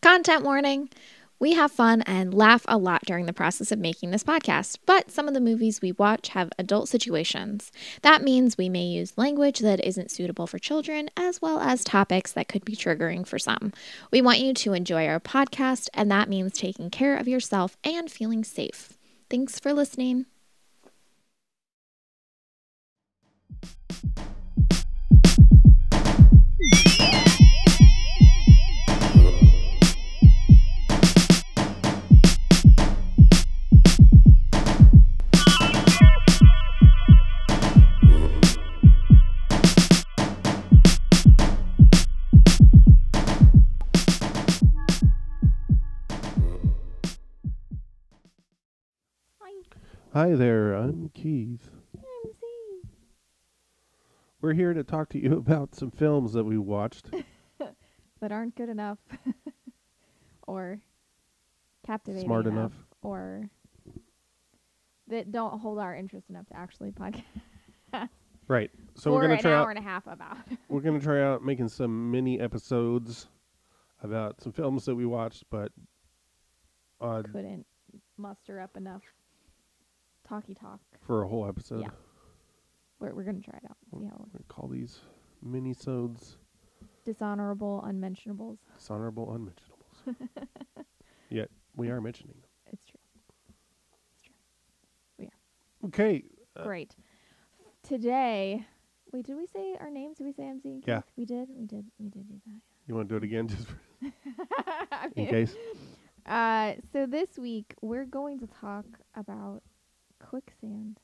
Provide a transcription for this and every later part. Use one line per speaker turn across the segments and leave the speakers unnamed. Content warning. We have fun and laugh a lot during the process of making this podcast, but some of the movies we watch have adult situations. That means we may use language that isn't suitable for children, as well as topics that could be triggering for some. We want you to enjoy our podcast, and that means taking care of yourself and feeling safe. Thanks for listening.
Hi there, I'm Keith. We're here to talk to you about some films that we watched.
That aren't good enough or captivating
Smart enough.
or that don't hold our interest enough to actually podcast
Right. So
for
we're gonna
an
try
hour
out
and a half about.
we're gonna try out making some mini episodes about some films that we watched, but uh,
Couldn't muster up enough talky talk.
for a whole episode.
Yeah. We're, we're going to try it out. and See how it works.
We call these mini-sodes
Dishonorable unmentionables.
dishonorable unmentionables. Yet we are mentioning them.
It's true.
Okay. Uh,
Great. Today, wait, did we say our names? Did we say MC? and
Yeah.
Keith? We did. We did. We did do that.
You wanna do it again just for-
I
in
mean,
case?
Uh, so this week we're going to talk about quicksand.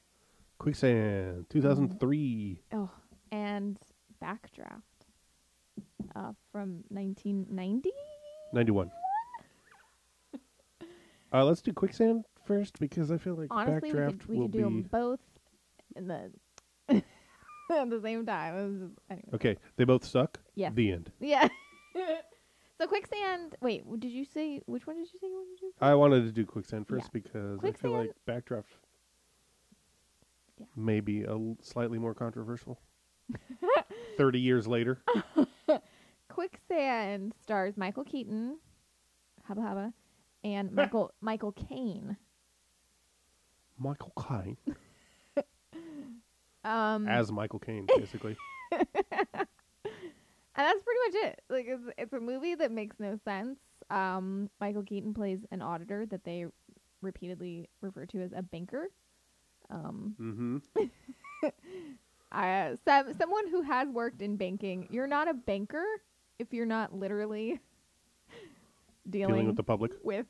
Quicksand, two thousand three.
Oh, and backdraft. Uh, from 1990.
91. uh, let's do quicksand first because I feel like
Honestly, we
backdraft
could we
will
could do them
be
both in the at the same time. It was just- anyway.
okay. They both suck.
Yes.
The end.
Yeah. so quicksand. Wait, w- did you say which one did you say you wanted to do?
I wanted to do quicksand first
Yeah.
because I
Quicksand-
feel like backdraft
Yeah.
may be a l- slightly more controversial. Thirty years later,
Quicksand stars Michael Keaton, Hubba Hubba, and Michael Michael Caine.
Michael Caine
Um,
as Michael Caine, basically.
And that's pretty much it. Like it's it's a movie that makes no sense. Um, Michael Keaton plays an auditor that they repeatedly refer to as a banker. Um,
hmm
I, some, someone who has worked in banking, you're not a banker if you're not literally dealing,
Dealing with the public.
with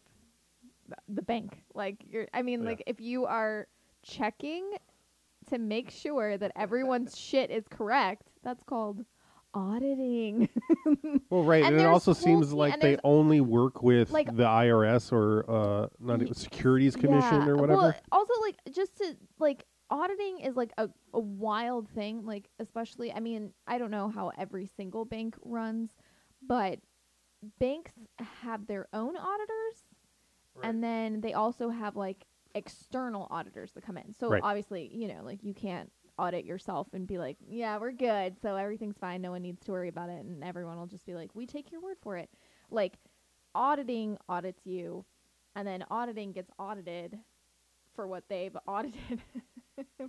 th- the bank. Like you're I mean
Yeah.
like if you are checking to make sure that everyone's shit is correct, that's called auditing.
Well, right,
And
and, it
there's
also
whole
seems
team-
like
and
they
there's-
only work with
like-
the IRS or uh, not
Ye-
Securities Commission
Yeah.
or whatever.
Well, also like just to like auditing is like a, a wild thing. Like especially, I mean, I don't know how every single bank runs, but banks have their own auditors, and then they also have like external auditors that come in. So
Right.
obviously, you know, like you can't audit yourself and be like, yeah, we're good, so everything's fine, no one needs to worry about it, and everyone will just be like, we take your word for it. Like auditing audits you and then auditing gets audited for what they've audited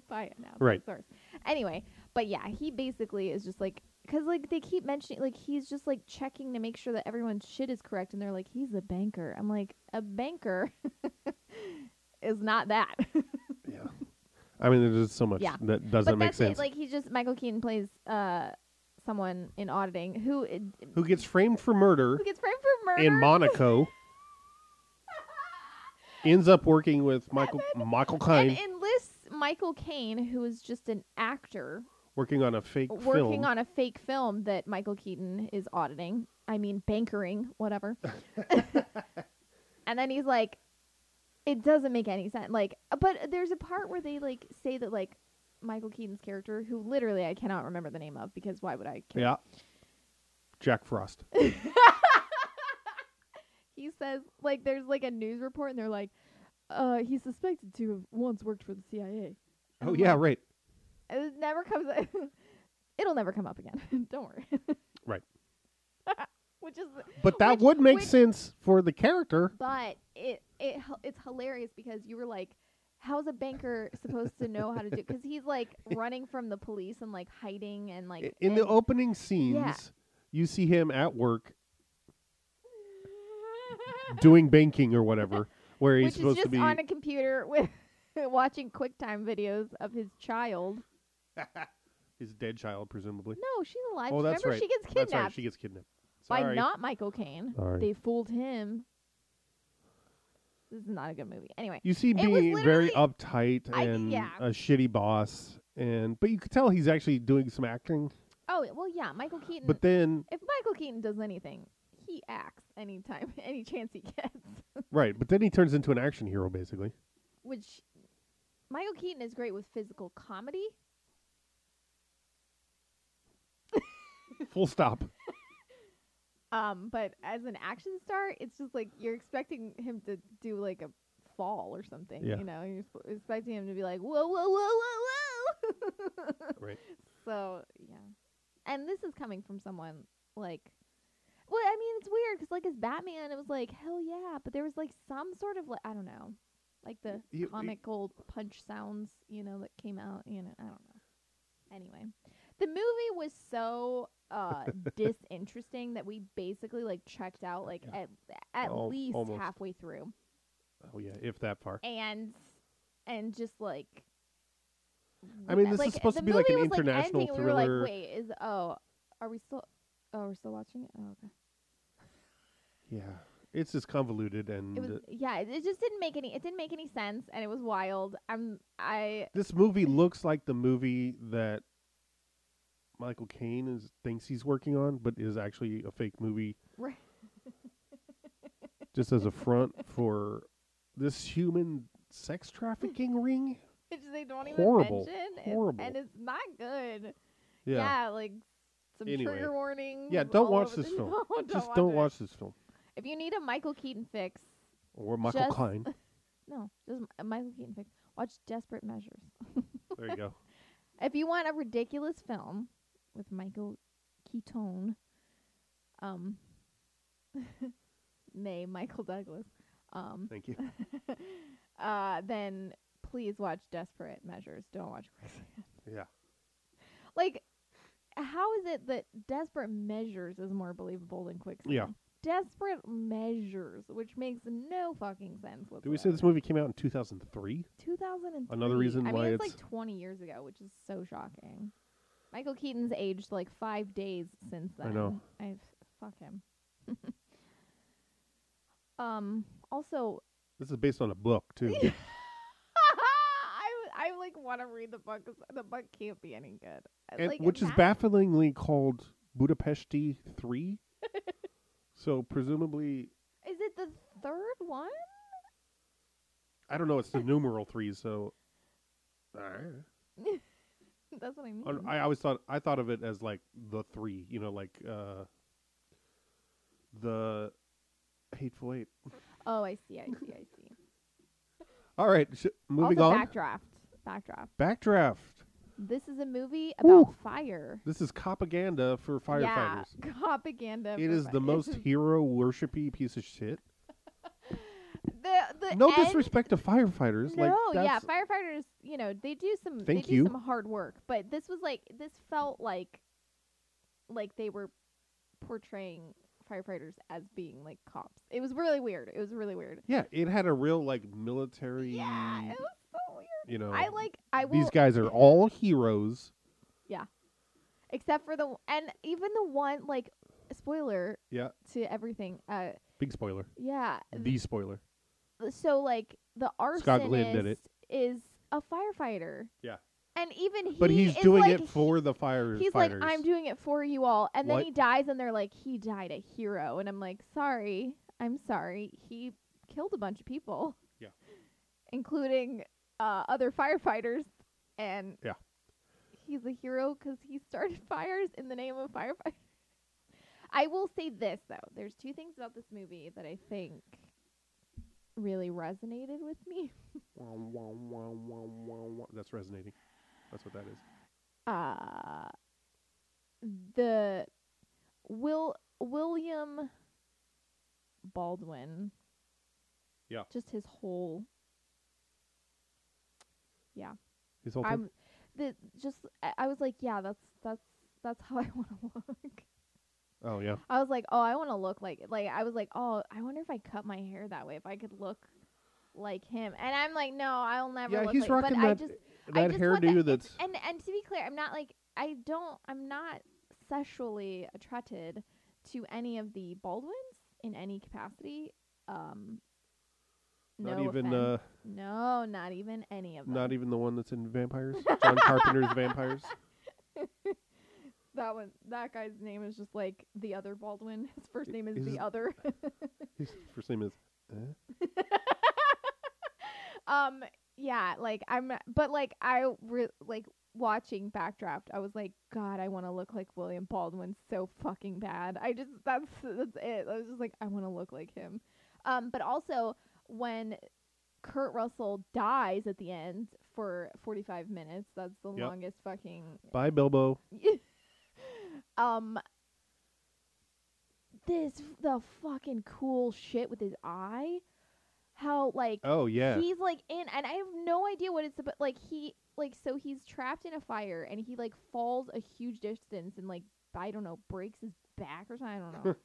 by an outside
Right.
source. Anyway, but yeah, he basically is just like because like they keep mentioning like he's just like checking to make sure that everyone's shit is correct, and they're like he's a banker. I'm like a banker is not that.
Yeah. I mean, there's just so much
Yeah.
that doesn't
but
make
that's it.
sense.
Like he's just Michael Keaton plays uh someone in auditing who it,
Who gets framed for murder
who gets framed for murder.
in Monaco ends up working with Michael Michael
and
Caine
enlists Michael Caine, who is just an actor
working on a fake
working
film.
on a fake film that Michael Keaton is auditing. I mean, bankering, whatever. and then he's like, it doesn't make any sense. Like, but there's a part where they like say that like Michael Keaton's character, who literally I cannot remember the name of because why would I? Care?
yeah. Jack Frost.
He says like there's like a news report and they're like, uh, he's suspected to have once worked for the CIA.
oh yeah, right.
"Uh, It never comes. It'll never come up again. Don't worry.
Right.
which is
But that
Which-
would make
which-
sense for the character.
but it it h- it's hilarious because you were like how's a banker supposed to know how to do cuz he's like running from the police and like hiding and like
I- In the
and-
opening scenes, you see him at work doing banking or whatever, where he's
which is
supposed to
just
be.
on a computer with watching quicktime videos of his child.
his dead child, presumably.
No, she's alive.
Oh, that's
Remember
right.
she gets
That's
kidnapped
right. She gets kidnapped.
by
Sorry. Oh,
not Michael Caine.
Sorry.
They fooled him. This is not a good movie. Anyway,
you see him
It was
being very
literally-
uptight
I-
and
yeah.
a shitty boss, and but you could tell he's actually doing some acting.
oh well, yeah, Michael Keaton.
But then,
if Michael Keaton does anything, he acts anytime, any chance he gets.
right? But then he turns into an action hero, basically.
Which Michael Keaton is great with physical comedy.
Full stop.
Um, but as an action star, it's just like you're expecting him to do like a fall or something.
Yeah.
You know, you're sp- expecting him to be like whoa, whoa, whoa, whoa, whoa.
Right.
So yeah, and this is coming from someone like, well, I mean, it's weird because like as Batman, it was like hell yeah, but there was like some sort of like I don't know, like the
You- you-
comical punch sounds you know that came out. You know, I don't know. Anyway, the movie was so uh disinteresting that we basically like checked out like
Yeah.
at at
Al-
least
almost.
halfway through
Oh yeah, if that far.
and and just like
I mean, this is supposed
the
to be like
movie
an
was,
international
ending, and We were
thriller.
like, wait, is oh, are we still? Oh, we're still watching it. Oh, okay.
Yeah, it's just convoluted, and
It was
uh,
yeah. It, it just didn't make any. It didn't make any sense, and it was wild. I'm I
this movie looks like the movie that Michael Caine is thinks he's working on, but is actually a fake movie,
right.
just as a front for this human sex trafficking ring.
Which they don't even
Horrible.
mention.
Horrible.
It's, and it's not good.
Yeah,
like some
Anyway.
trigger warnings.
Yeah, don't
all
watch
over
this
the-
film.
No, don't
just
watch
don't
it.
watch this film
If you need a Michael Keaton fix,
or Michael
Just-
Caine.
no, just a Michael Keaton fix. Watch Desperate Measures.
There you go.
If you want a ridiculous film with Michael Keaton, um, nay Michael Douglas, um,
Thank you.
uh, then please watch Desperate Measures. Don't watch Quicksand.
Yeah,
like, how is it that Desperate Measures is more believable than Quicksand?
yeah.
Desperate Measures, which makes no fucking sense. Whatsoever.
Did we say this movie came out in two thousand three?
2003.
Another reason
I mean,
why
it's,
it's-
like 20 years ago, which is so shocking. Michael Keaton's aged like five days since then.
I know.
I've fuck him. um. Also,
This is based on a book too.
I I like want to read the book. 'cause The book can't be any good. I-
and,
like,
which is
that-
bafflingly called Budapesti Three. so presumably,
Is it the third one?
I don't know. It's the numeral three, so uh,
That's what I mean.
Oh, I- I always thought I thought of it as like the three. You know, like uh, the hateful eight.
oh, I see. I see. I see.
All right, sh- moving
also,
on.
Backdraft. Backdraft.
Backdraft.
This is a movie
Ooh.
about fire.
This is propaganda for firefighters.
Yeah, propaganda.
It
for
is
fi-
the most hero worshipy piece of shit.
the, the
No
end-
disrespect to firefighters.
No,
like,
yeah,
that's-
firefighters. You know, they do some.
Thank
they do
you.
some hard work, but this was like this felt like, like they were portraying firefighters as being like cops. It was really weird. It was really weird.
Yeah, it had a real like military.
Yeah, it was so weird.
you know,
I like. I will.
Oh. these guys are all heroes.
except for the and even the one like spoiler
Yeah,
to everything. Uh,
big spoiler.
yeah. th-
The spoiler.
so like the
Scott Glenn
arsonist
did it.
is a firefighter.
Yeah.
And even he
But he's
is
doing
like,
it for the firefighters.
He's like, I'm doing it for you all. And then
What?
he dies, and they're like, he died a hero. And I'm like, sorry. I'm sorry. He killed a bunch of people.
Yeah.
Including uh, other firefighters. And
Yeah.
he's a hero because he started fires in the name of firefighters. I will say this, though. There's two things about this movie that I think really resonated with me.
Wah, wah, wah, wah, wah, wah. That's resonating. That's what that is.
uh the Will William Baldwin.
Yeah.
Just his whole
His whole thing.
I'm the just I, I was like, yeah, that's that's that's how I want to look.
Oh yeah.
I was like, oh, I want to look like like I was like, oh, I wonder if I cut my hair that way if I could look like him. And I'm like, no, I'll never
Yeah,
look
he's
like
rocking
but I
that
just I
that
just want that-
hairdo
it's-
that's
and and to be clear, I'm not like I don't I'm not sexually attracted to any of the Baldwins in any capacity. Um
not
no
even
offense.
uh,
no, not even any of them.
not even the one that's in Vampires. John Carpenter's Vampires.
That one, that guy's name is just like the other Baldwin. His first
I-
name is
is
the
it-
other.
His first name is. eh?
um, yeah, like I'm, but like I re- like watching Backdraft, I was like, God, I want to look like William Baldwin so fucking bad. I just that's that's it. I was just like, I want to look like him. Um, but also when Kurt Russell dies at the end for 45 minutes, that's the
Yep.
longest fucking
Bye, Bilbo.
um this the fucking cool shit with his eye how like
Oh yeah.
he's like in and i have no idea what it's about like he like so he's trapped in a fire and he like falls a huge distance and like i don't know breaks his back or something i don't know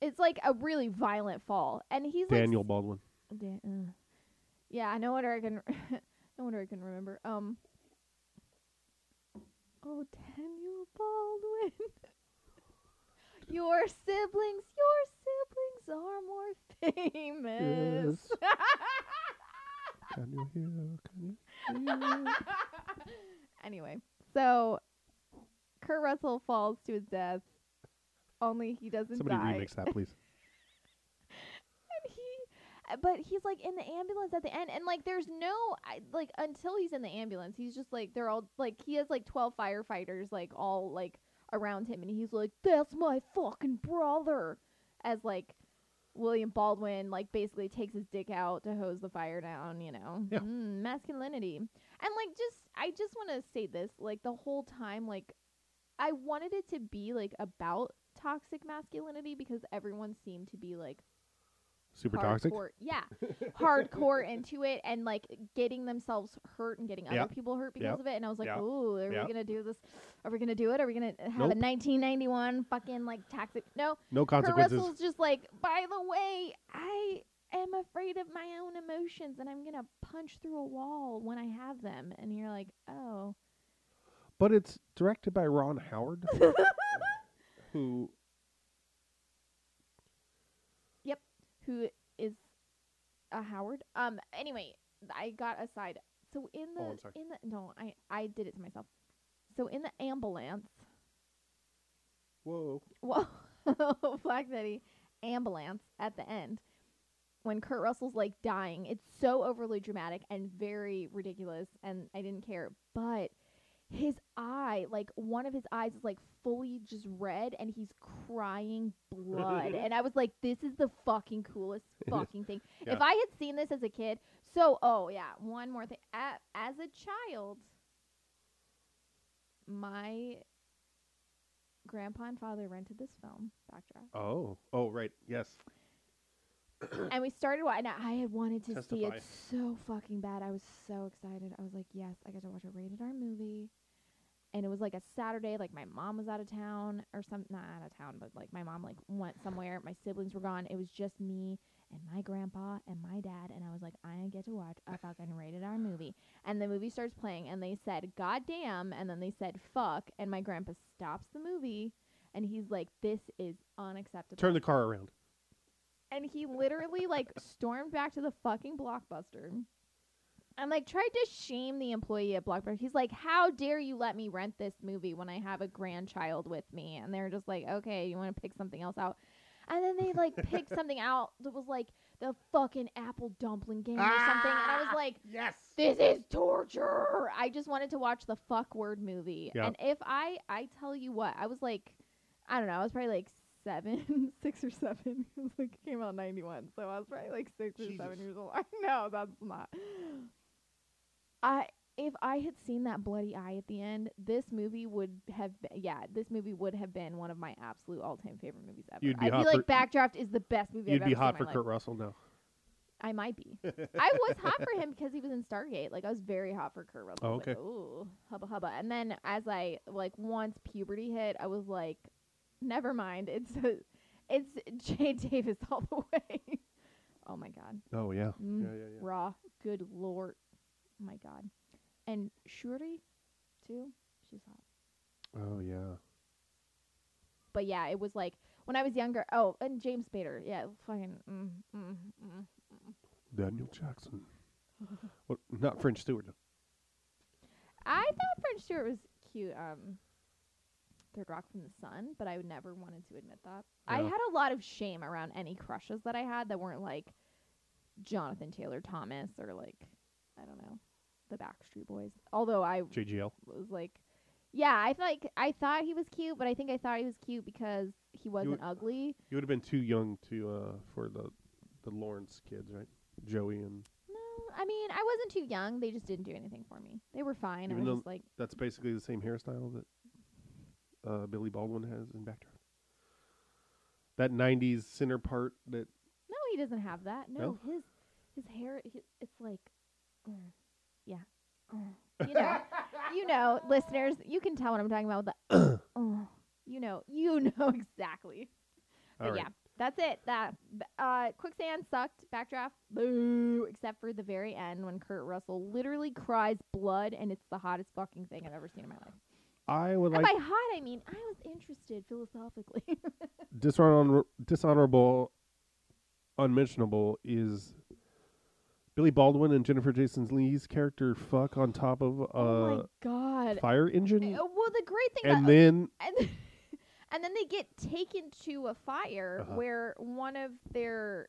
it's like a really violent fall and he's like
Daniel Baldwin.
Da- uh. Yeah, no wonder I can. no wonder I can remember. Um. Oh, Daniel Baldwin. your siblings, your siblings are more famous.
Can you hear? Can you hear?
anyway, so Kurt Russell falls to his death. Only he doesn't
Somebody
die.
remix that, please.
And he, uh, but he's like in the ambulance at the end, and like there's no I, like until he's in the ambulance, he's just like they're all like he has like twelve firefighters like all like around him, and he's like that's my fucking brother, as like William Baldwin like basically takes his dick out to hose the fire down, you know,
Yeah.
mm, masculinity, and like just I just want to say this like the whole time like I wanted it to be like about toxic masculinity because everyone seemed to be like
Super toxic.
hardcore, yeah, hardcore into it and like getting themselves hurt and getting
Yeah.
other people hurt because
Yeah.
of it. And I was like,
Yeah.
oh, are
Yeah.
we gonna do this? Are we gonna do it? Are we gonna have a
Nope.
1991 fucking like toxic? No,
No
Kurt
consequences.
Russell's just like, by the way, I am afraid of my own emotions and I'm gonna punch through a wall when I have them. And you're like, oh,
But it's directed by Ron Howard, who
who is a Howard? Um. Anyway, I got aside. So in the
Oh, I'm sorry.
in the no, I I did it to myself. So in the ambulance,
whoa,
whoa, Black Betty ambulance at the end. When Kurt Russell's like dying, it's so overly dramatic and very ridiculous, and I didn't care. But his eye, like one of his eyes, is like fully just red, and he's crying blood. and I was like, "This is the fucking coolest
is.
fucking thing."
Yeah.
If I had seen this as a kid, so oh yeah, one more thing. A- As a child, my grandpa and father rented this film, Backdraft,
oh, oh, right, yes,
and we started watching. And I had wanted to see
Testify.
it so fucking bad. I was so excited. I was like, yes, I get to watch a rated R movie. And it was like a Saturday, like my mom was out of town or some not out of town, but like my mom like went somewhere. My siblings were gone. It was just me and my grandpa and my dad, and I was like, I get to watch a fucking rated R movie. And the movie starts playing, and they said, God damn, and then they said, fuck, and my grandpa stops the movie, and he's like, this is unacceptable.
turn the car around.
and he literally, like, stormed back to the fucking Blockbuster. And like tried to shame the employee at Blockbuster. He's like, "How dare you let me rent this movie when I have a grandchild with me?" And they're just like, "Okay, you want to pick something else out?" And then they like picked something out that was like the fucking apple dumpling game or something. And I was like,
Yes,
this is torture. I just wanted to watch the fuck word movie.
Yeah.
And if I I tell you what, I was like I don't know, I was probably like seven, six or seven. It was like it came out in ninety one, so I was probably like six or seven
Jesus.
years old. I know that's not I if I had seen that bloody eye at the end, this movie would have been, yeah, this movie would have been one of my absolute all-time favorite movies ever.
You'd be
I
hot
feel
for-
like Backdraft is the best movie
You'd
I've
be
ever
hot
seen
for
in my
Kurt
life.
Russell now.
I might be. I was hot for him because he was in Stargate. Like I was very hot for Kurt Russell.
Oh,
I was
okay.
Like, Ooh, hubba hubba. And then as I like once puberty hit, I was like, never mind. It's it's Jay Davis all the way. oh my god.
Oh yeah.
Mm.
Yeah, yeah, yeah.
Raw. Good lord. Oh my god. And Shuri, too. She's hot.
Oh yeah.
But yeah, it was like when I was younger. Oh, and James Spader. Yeah, fucking. Mm, mm, mm.
Daniel Jackson. what? Not French Stewart.
I thought French Stewart was cute. Um, Third Rock from the Sun, but I never wanted to admit that. I
Yeah.
had a lot of shame around any crushes that I had that weren't like Jonathan Taylor Thomas or like I don't know the Backstreet Boys. Although I
JGL.
was like, yeah, I like I thought he was cute, but I think I thought he was cute because he wasn't ugly.
You would have been too young to uh for the the Lawrence kids, right? Joey and
No, I mean I wasn't too young. They just didn't do anything for me. They were fine.
Even
I
though-
was just like,
that's basically the same hairstyle that uh, Billy Baldwin has in Backdraft. That '90s center part that
no, he doesn't have that. No, his his hair, he- it's like, uh, yeah, uh, you know, you know, listeners, you can tell what I'm talking about. With the, uh, you know, you know exactly. But
All right.
Uh, yeah, that's it. That b- uh, quicksand sucked. Backdraft, boo. Except for the very end when Kurt Russell literally cries blood, and it's the hottest fucking thing I've ever seen in my life.
I would
and
like
by hot, I mean I was interested philosophically.
dishonor- dishonorable, unmentionable is Billy Baldwin and Jennifer Jason Lee's character fuck on top of
oh
a
my god.
fire engine,
Uh, Well, the great thing
Uh, and
about
then
and and then they get taken to a fire
Uh-huh.
where one of their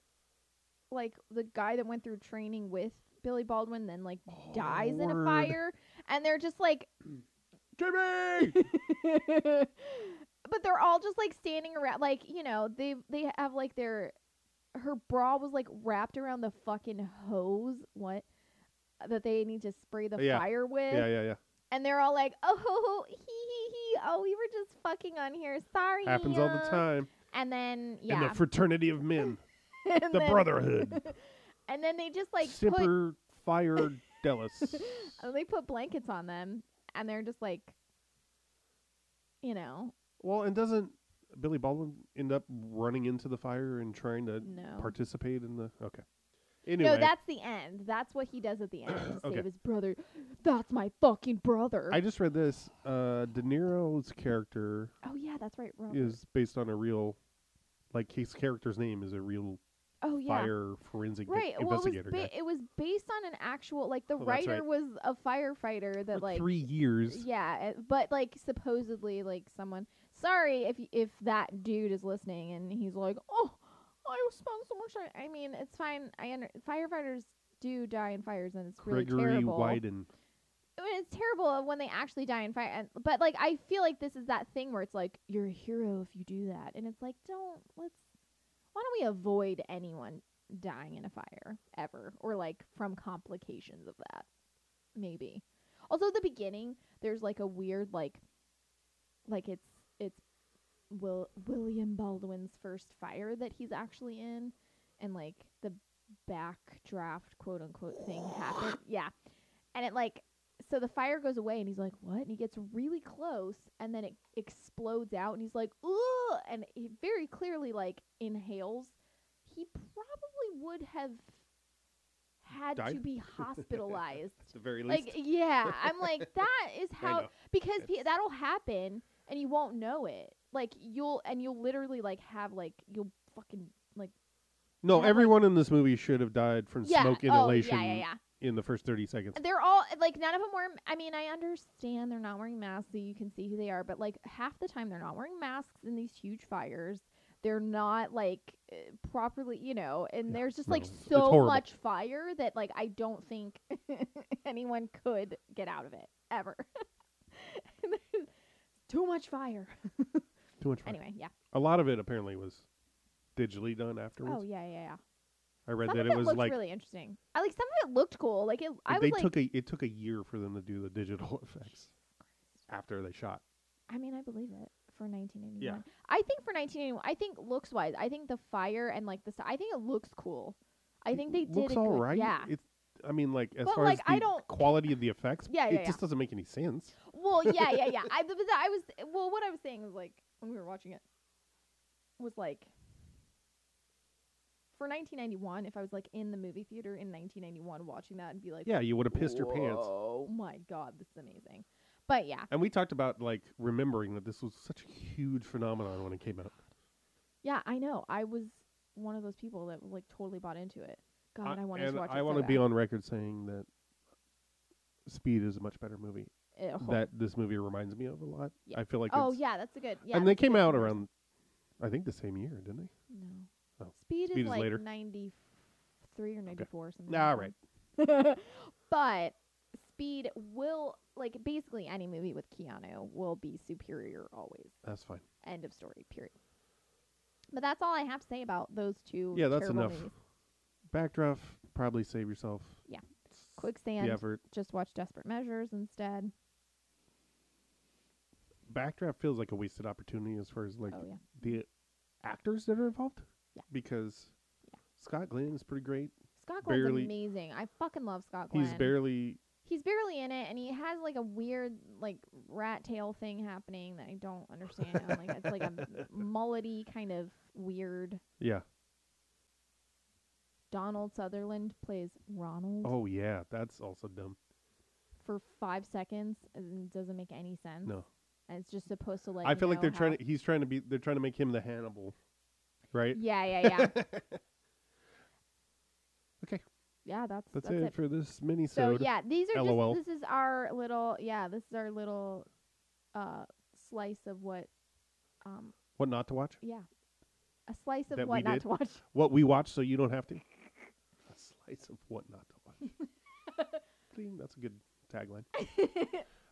like the guy that went through training with Billy Baldwin then like dies in a
word.
fire and they're just like
Jimmy.
but they're all just like standing around like you know they they have like their her bra was like wrapped around the fucking hose what that they need to spray the
Yeah.
fire with
yeah, yeah, yeah.
and they're all like oh ho, ho, hee hee hee oh we were just fucking on here sorry
Happens all the
uh."
time
and then
in
yeah
the fraternity of men,
And
the
then-
brotherhood.
and then they just like put Oh,
Semper Fire Dallas.
and they put blankets on them and they're just like you know
well, and doesn't Billy Baldwin end up running into the fire and trying to
no
participate in the? Okay. Uh, Anyway,
No, that's the end. That's what he does at the end to
Okay.
save his brother. That's my fucking brother.
I just read this. Uh, De Niro's character
oh yeah, that's right. Robert.
is based on a real, like his character's name is a real
oh yeah.
fire forensic
Right. Well, it was
investigator guy.
ba- it was based on an actual like the
Oh, that's
writer was a firefighter that
For
like
three years.
yeah, it- but like supposedly like someone. Sorry if y- if that dude is listening and he's like, oh, I spent so much time. I mean, it's fine. I under- firefighters do die in fires and it's really
Gregory
terrible.
Wyden.
I mean, it's terrible when they actually die in fire. And, but like, I feel like this is that thing where it's like you're a hero if you do that, and it's like don't let's. Why don't we avoid anyone dying in a fire ever, or like from complications of that? Maybe. Also, at the beginning, there's like a weird like, like it's it's Will William Baldwin's first fire that he's actually in, and like the backdraft quote unquote thing happened. Yeah. And it like so the fire goes away and he's like, What? And he gets really close and then it explodes out and he's like, Ugh and he very clearly like inhales. He probably would have had to
Died?
be hospitalized.
At the very least.
like yeah. I'm like, that is how
know.
because pe-
It's-
that'll happen and you won't know it. Like you'll and you'll literally like have like you'll fucking
no,
have, like-
everyone in this movie should have died from
yeah.
smoke
oh,
inhalation
yeah, yeah, yeah.
in the first 30 seconds.
They're all like none of them wear. I mean, I understand they're not wearing masks, so you can see who they are. But like half the time, they're not wearing masks in these huge fires. They're not like eh, properly, you know. And
Yeah,
there's just
no,
like
it's- it's
so
horrible.
much fire that like I don't think anyone could get out of it ever. And there's Too much fire.
Too much fire.
Anyway, yeah.
A lot of it apparently was digitally done afterwards.
Oh yeah, yeah, yeah.
I read
Some
that
of
it was
looked
like
really interesting. I like some of it looked cool. Like it, I
they
was like,
took a it took a year for them to do the digital effects after they shot.
I mean, I believe it for 1981. I think for 1981, I think looks wise, I think the fire and like the, s- I think it looks cool. I think they
looks
did. a
all
good-
right.
Yeah.
It's I mean like as
But,
far
like,
as the
I don't-
quality of the effects,
Yeah,
it
yeah,
just doesn't make any sense.
Well, yeah, yeah, yeah. I, but I was well. What I was saying was like when we were watching it was like for 1991. If I was like in the movie theater in 1991 watching that and be like,
Yeah, you would have pissed your pants.
Oh my god, this is amazing. But yeah,
And we talked about like remembering that this was such a huge phenomenon when it came out.
yeah, I know. I was one of those people that like totally bought into it. God,
I-
I, wanted
and
to watch it.
I want to be on record saying that Speed is a much better movie. That this movie reminds me of a lot.
Oh. Yeah.
I feel like
oh
it's,
yeah, that's a good. Yeah,
and they
that's a
came
good
out
comparison.
around I think the same year, didn't they?
No.
Oh.
Speed,
Speed
is,
is
like
later.
93 or 94 or something.
All
like
right.
that. but Speed will, like, basically any movie with Keanu will be superior always.
That's fine.
End of story, period. But that's all I have to say about those two.
Yeah, that's
terrible
enough.
Movies.
Backdraft, probably save yourself
Quicksand.
the effort.
Just watch Desperate Measures instead.
Backdraft feels like a wasted opportunity as far as like
Oh, yeah.
the actors that are involved.
Yeah.
Because Scott Glenn is pretty great.
Scott Glenn's
Barely-
amazing. I fucking love Scott Glenn.
He's barely
He's barely in it, and he has like a weird like rat tail thing happening that I don't understand. like it's like a mullety kind of weird.
yeah.
Donald Sutherland plays Ronald
Oh yeah, that's also dumb.
for five seconds and it doesn't make any sense.
No.
and it's just supposed to like.
I feel like
know
they're trying
how-
to he's trying to be they're trying to make him the Hannibal. Right?
Yeah, yeah, yeah,
Okay.
yeah. That's
That's, it, for this mini
So yeah, these are
LOL.
just this is our little yeah this is our little uh slice of what um
What not to watch?
yeah a slice of
That we
what not
did?
to watch.
What we watch so you don't have to. A slice of what not to watch. Ding, that's a good tagline.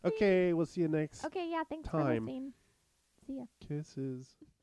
Okay, we'll see you next
Okay, yeah, thanks for
Time.
listening. See ya.
kisses.